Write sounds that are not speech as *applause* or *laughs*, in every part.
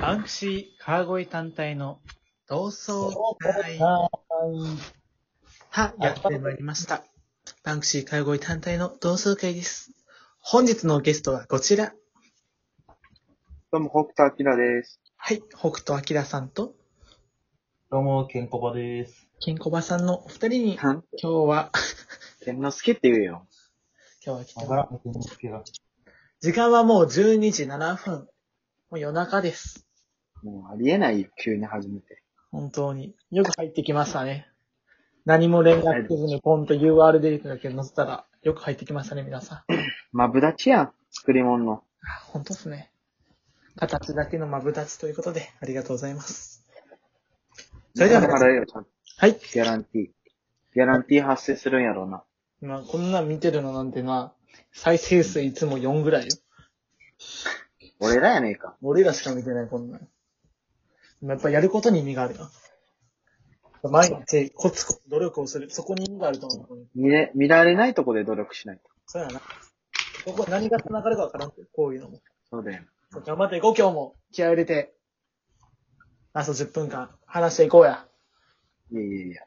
バンクシー川越単体の同窓会はやってまいりました。バンクシー川越単体の同窓会です。本日のゲストはこちら。どうも、北斗晶です。はい、北斗晶さんとどうも、ケンコバです。ケンコバさんのお二人に今たん、日は、天之助って言えよ。今日は来てあますら、見てみつけが。時間はもう12時7分。もう夜中です。もうありえないよ、急に始めて。本当に。よく入ってきましたね。何も連絡せずにポンと URL 出てくるだけ載せたら、よく入ってきましたね、皆さん。マブダチやん、作り物の。あ本当ですね。形だけのマブダチということで、ありがとうございます。それでは皆さん払えよ、ちゃんと。はい。ギャランティー。ギャランティー発生するんやろうな。まあ、こんなん見てるのなんてな、再生数いつも4ぐらいよ。俺らやねえか。俺らしか見てない、こんなん。でもやっぱやることに意味があるな。毎日コツコツ努力をする。そこに意味があると思う。見れ、見られないとこで努力しないと。そうやな。ここ何が繋がるかわからんけど、こういうのも。そうだよ。頑張っていこう、今日も。気合を入れて。あと10分間、話していこうや。いやいやいや。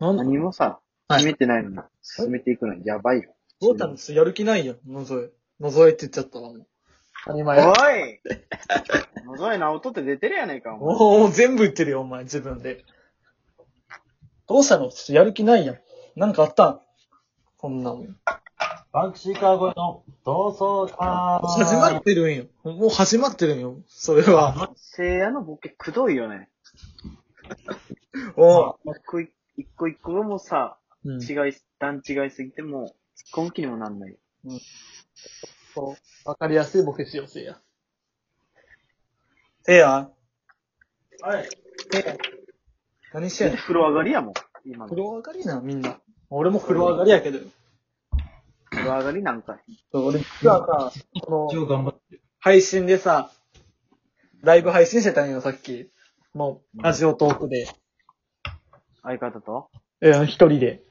なん何もさ、はい決めてないのに、進めていくのやばいよ。どうたんですやる気ないよ、のぞえ。のぞえって言っちゃったわ、もう。当たりお前や。い野添直人って出てるやねえか、お前。おお、全部言ってるよ、お前、自分で。どうしたのちょっとやる気ないやん。なんかあったんこんなもん。バンクシー川越の同窓会。始まってるんよ。もう始まってるんよ。それは。聖夜のボケくどいよね。お一個い一個一個がもうさ、うん。違い、段違いすぎても、根気にもなんないよ。そうわかりやすいボケしよう、せいや。せいやはい。せいや。何してんの風呂上がりやもん。今の風。呂上がりな、みんな。俺も風呂上がりやけど。風呂上がりなんかい。そう俺、実はさ、この、超頑張ってる。配信でさ、ライブ配信してたんよ、さっき。もう、ラジオトークで。相方とえー、一人で。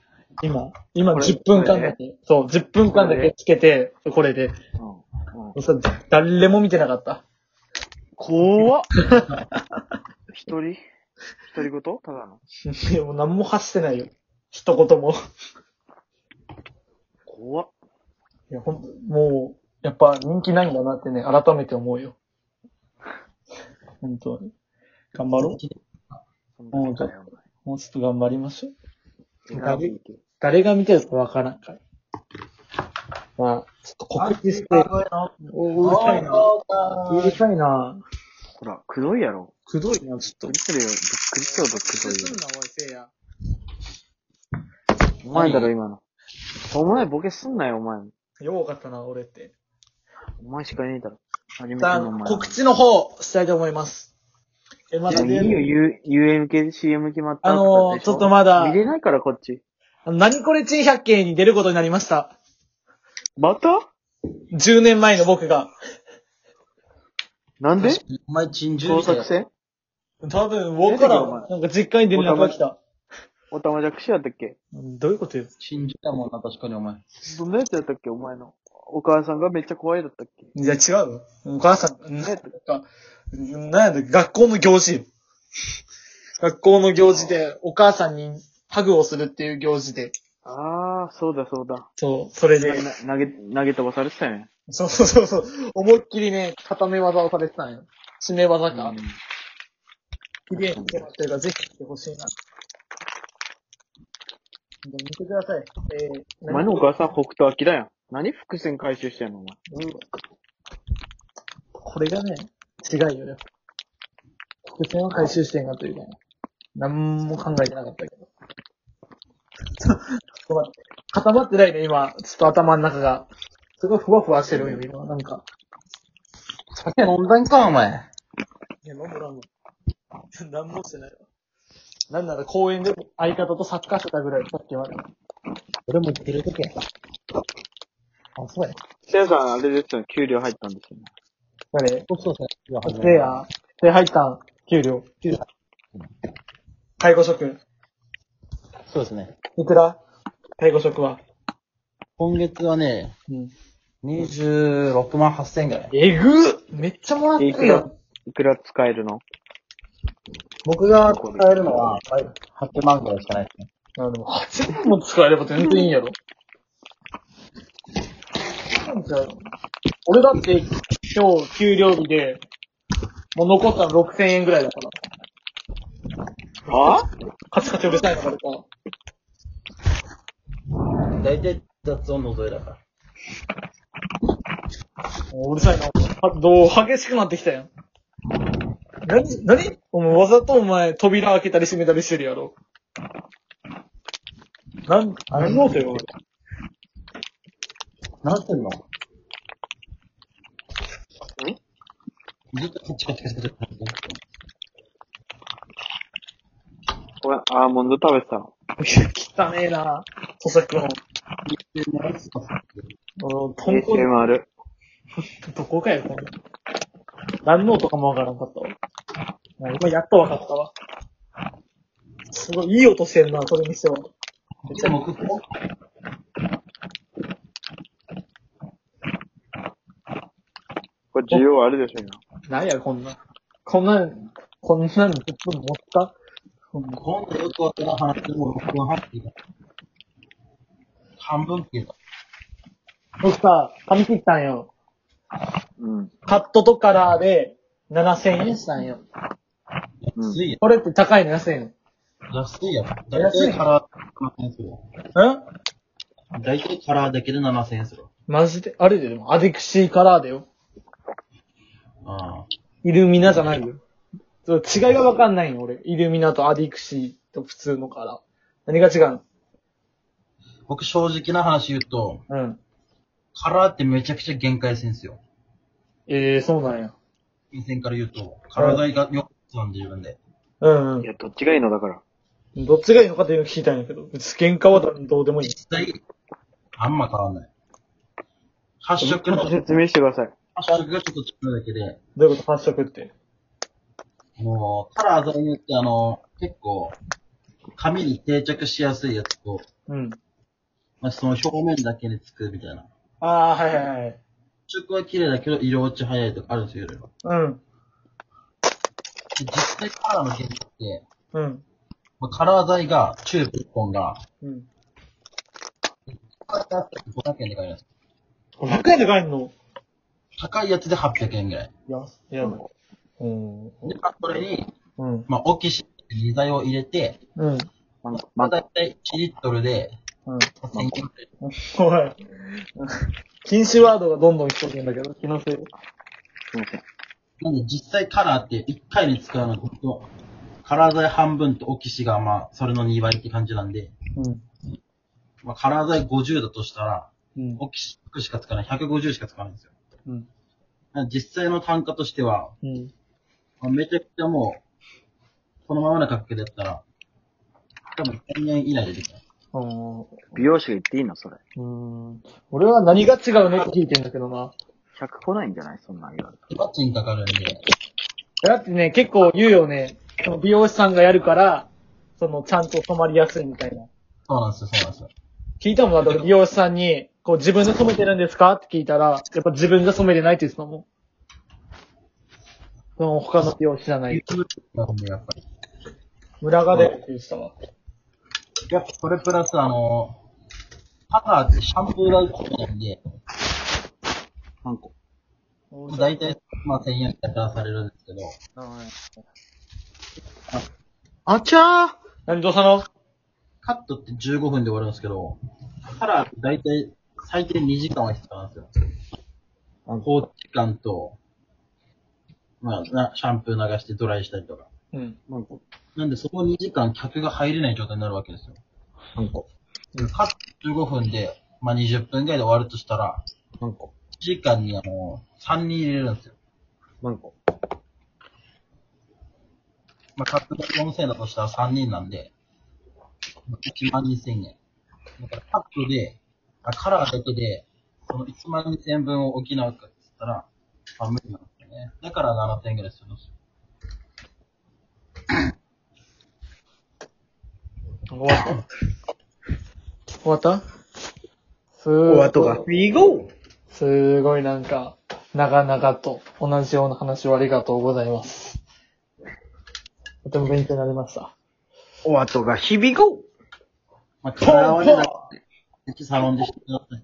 今、今これ10分間だけ、そう、10分間だけつけて、これで。うん。うん。それ誰も見てなかった。 *laughs* 怖っ一人一人ごとただの。いやもう何も発してないよ。一言も。怖っ。いや、ほんと、もう、やっぱ人気ないんだなってね、改めて思うよ。本当に。頑張ろそんうんなだよ。う。もうちょっと頑張りましょう。お前誰誰が見てるかわからんから。まあ、ちょっとバン告ク知シしーて。川越のおう同るさいな。窓うる会。さいな。ほら、くどいやろ。くどいな、ちょっとびっ。くりよ。びっくりしようとくどいよ。な、おい、せいや。お前だろ、今の。お前ボケすんなよ、お前。ようかったな、俺って。お前しかいねえだろ。アニメさのおあ、前。告知の方、したいと思います。え、まだいやいいよ、ね、 U、UMK、CM 決まったあのー、ちょっとまだ見、れないから、こっち。あの何これ珍百景に出ることになりました。また10年前の僕が。なんでお前、珍工作戦戦多分、僕から出てけよお、前なんか実家に出るのが来た。おたまじゃくしやったっけどういうことよ。珍獣だもんな、確かにお前。どんなやつやったっけお前の。お母さんがめっちゃ怖いだったっけいや、違うよ。お母さん、なんか、なんやで、学校の行事よ。学校の行事で、お母さんにハグをするっていう行事で。ああ、そうだそうだ。そう、それなで。投げ、投げ飛ばされてたよね。そうそうそうそう。思いっきりね、固め技をされてたんよ。締め技か。綺麗に決まってるから、ぜひ来てほしいな。見てください。えー、お前のお母さん北斗晶やん。何伏線回収してんのお前。うんこれがね、違うよね。伏線を回収してんなというか、なんも考えてなかったけど。 *laughs* ちょっと待って固まってないね、今。ちょっと頭の中が。すごいふわふわしてるよ、今。なんか。酒飲んだんか、お前。いや、飲む飲む。 *laughs* 何もしてないわ。なんなら公園でも相方とサッカーしてたぐらい、さっきまで。俺も言ってるときや。あ、そうや。せやさん、あれですよね。給料入ったんですよね。誰そうそうそう。せいや、で入ったん、給料。給料。介護職。そうですね。いくら介護職は。今月はね、うん。 26万8000円ぐらい。えぐっめっちゃもらってるよ。いくら使えるの僕が使えるのは、はい8万ぐらいしかないですね。あ、でも8万も使えれば全然いいんやろ。なんか俺だって今日給料日で、もう残ったの6000円ぐらいだから。あカチカチうるさいのからさ。大体雑音のぞいだから。もううるさいな。あどう、激しくなってきたやん。何何お前わざとお前扉開けたり閉めたりしてるやろ。なん、何の音よ、俺何してんのんずっとカチカチカチカチカチ。ごめん、アーモンド食べてたの。汚ねえな咀嚼音。うんトンコリ ASMR。どこかよ、こんな。何の音かもわからんかったわ。もう今やっとわかったわ。すごい、いい音してるな、これにしては。こっちも送って。これ需要あるでしょ、今。なんや、こんなん。こんなん、こんなん10分持ったほんま今度よくわからん話でも6分半って言うから半分って言うか僕さ、髪切ったんよ。うん。カットとカラーで7000円したんよ。うら。ん安いやこれって高いの安いの。んん。安いやん。大体カラー、7000円するわ。大体カラーだけで7000円するわ。マジで、あれででも、アディクシーカラーだよ。ああ。イルミナじゃないよ。そう違いがわかんないの、俺。イルミナとアディクシーと普通のカラー。何が違うの僕正直な話言うと、うん。カラーってめちゃくちゃ限界線ですよ。ええそうなんや。金銭から言うと、体がよく使うんで自分で。うんういや、どっちがいいのだから。ん。どっちがいいのかっていうの聞いたんやけど、別に喧嘩はどうでもいい。実際、あんま変わんない。発ちょっ色の、と発説明してください。色がちょっと違うだけで、どういうこと発色って。もう、カラー剤によってあの、結構、髪に定着しやすいやつと、うん。まあ、その表面だけでつくみたいな。ああ、はいはいはい。発色は綺麗だけど、色落ち早いとかあるんですよ、色々うん。で実際カラーの原因って、うん。まあ、カラー剤が、チューブ1本が、うん。 500円で買えるんですよ500円で買えんの高いやつで800円ぐらい。いや、いや。うん。うん。で、まあ、それに、うん。まあ、オキシっていう剤を入れて、うん。ま、ままあ、、だいたい1リットルで、1000円くらおい。い。禁止ワードがどんどん来てるんだけど、気のせい。すいません。なんで実際カラーって1回に使うのと、とカラー剤半分とオキシがまあ、それの2倍って感じなんで、うん。まあ、カラー剤50だとしたら、うん。オキシしか使わない、150しか使わないんですよ。うん。なんで実際の単価としては、うん。まあ、めちゃくちゃもう、このままの価格でやったら、多分1000円以内でできない。あー美容師が言っていいのそれ。うーん俺は何が違うのって聞いてんだけどな。 100来ないんじゃないそんなん言われたら。バッチンかかるんで、だってね、結構言うよね。その美容師さんがやるから、その、ちゃんと染まりやすいみたいな。そうなんですよ、そうなんですよ。聞いたもんだって美容師さんに、こう自分で染めてるんですかって聞いたら、やっぱ自分じゃ染めてないって言ってたもん。その他の美容師じゃない。なんでやっぱり。村がでって言ってたわ。やっぱそれプラスあの、カラーってシャンプー代込みなんで、 3個。大体、まあ、1000円で出されるんですけど、あちゃー何どうしたのカットって15分で終わるんですけど、カラーって大体最低2時間は必要なんですよ。放置時間と、まあな、シャンプー流してドライしたりとか。うん。何個なんでそこ2時間客が入れない状態になるわけですよ。何個カット15分で、まあ、20分ぐらいで終わるとしたら、何個1時間にあの、3人入れるんですよ。何個まあ、カットが4000円だとしたら3人なんで、1万2000円。だからカットで、あカラーだけで、その1万2000円分を補うかって言ったら、まあ、無理なんですよね。だから7000円ぐらいするんですよ。終わった。終わったすーお後が。We go! すごいなんか、長々と同じような話をありがとうございます。とても勉強になりました。お後が響こうまあ、カラオケだって、サロンでしてください。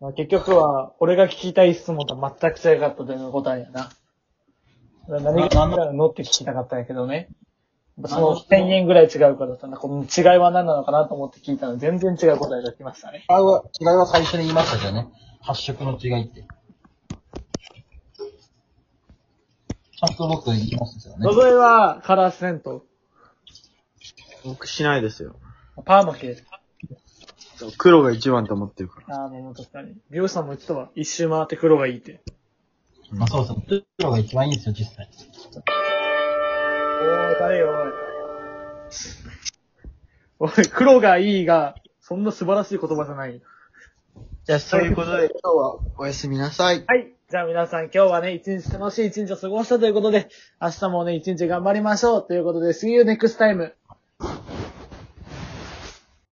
まあ、結局は、俺が聞きたい質問とは全く違かったというのが答えやな。俺は何が違うのって聞きたかったんやけどね。その1000円ぐらい違うからさ、この違いは何なのかなと思って聞いたら全然違う答えが来ましたね。違いは、違いは最初に言いましたけどね。発色の違いって。ちゃんと僕言いましたけどね。野えはカラーセント、僕しないですよ。パーマ系。黒が一番と思ってるから。ああ、もう確かに。美容師さんも言ってたわ。一周回って黒がいいって。まあそうそう。黒が一番いいんですよ、実際。おー、誰よ、おい。おい、黒がいいが、そんな素晴らしい言葉じゃない。じゃあ、そういうことで今日はおやすみなさい。はい。じゃあ皆さん今日はね、一日楽しい一日を過ごしたということで、明日もね、一日頑張りましょうということで、See you next time!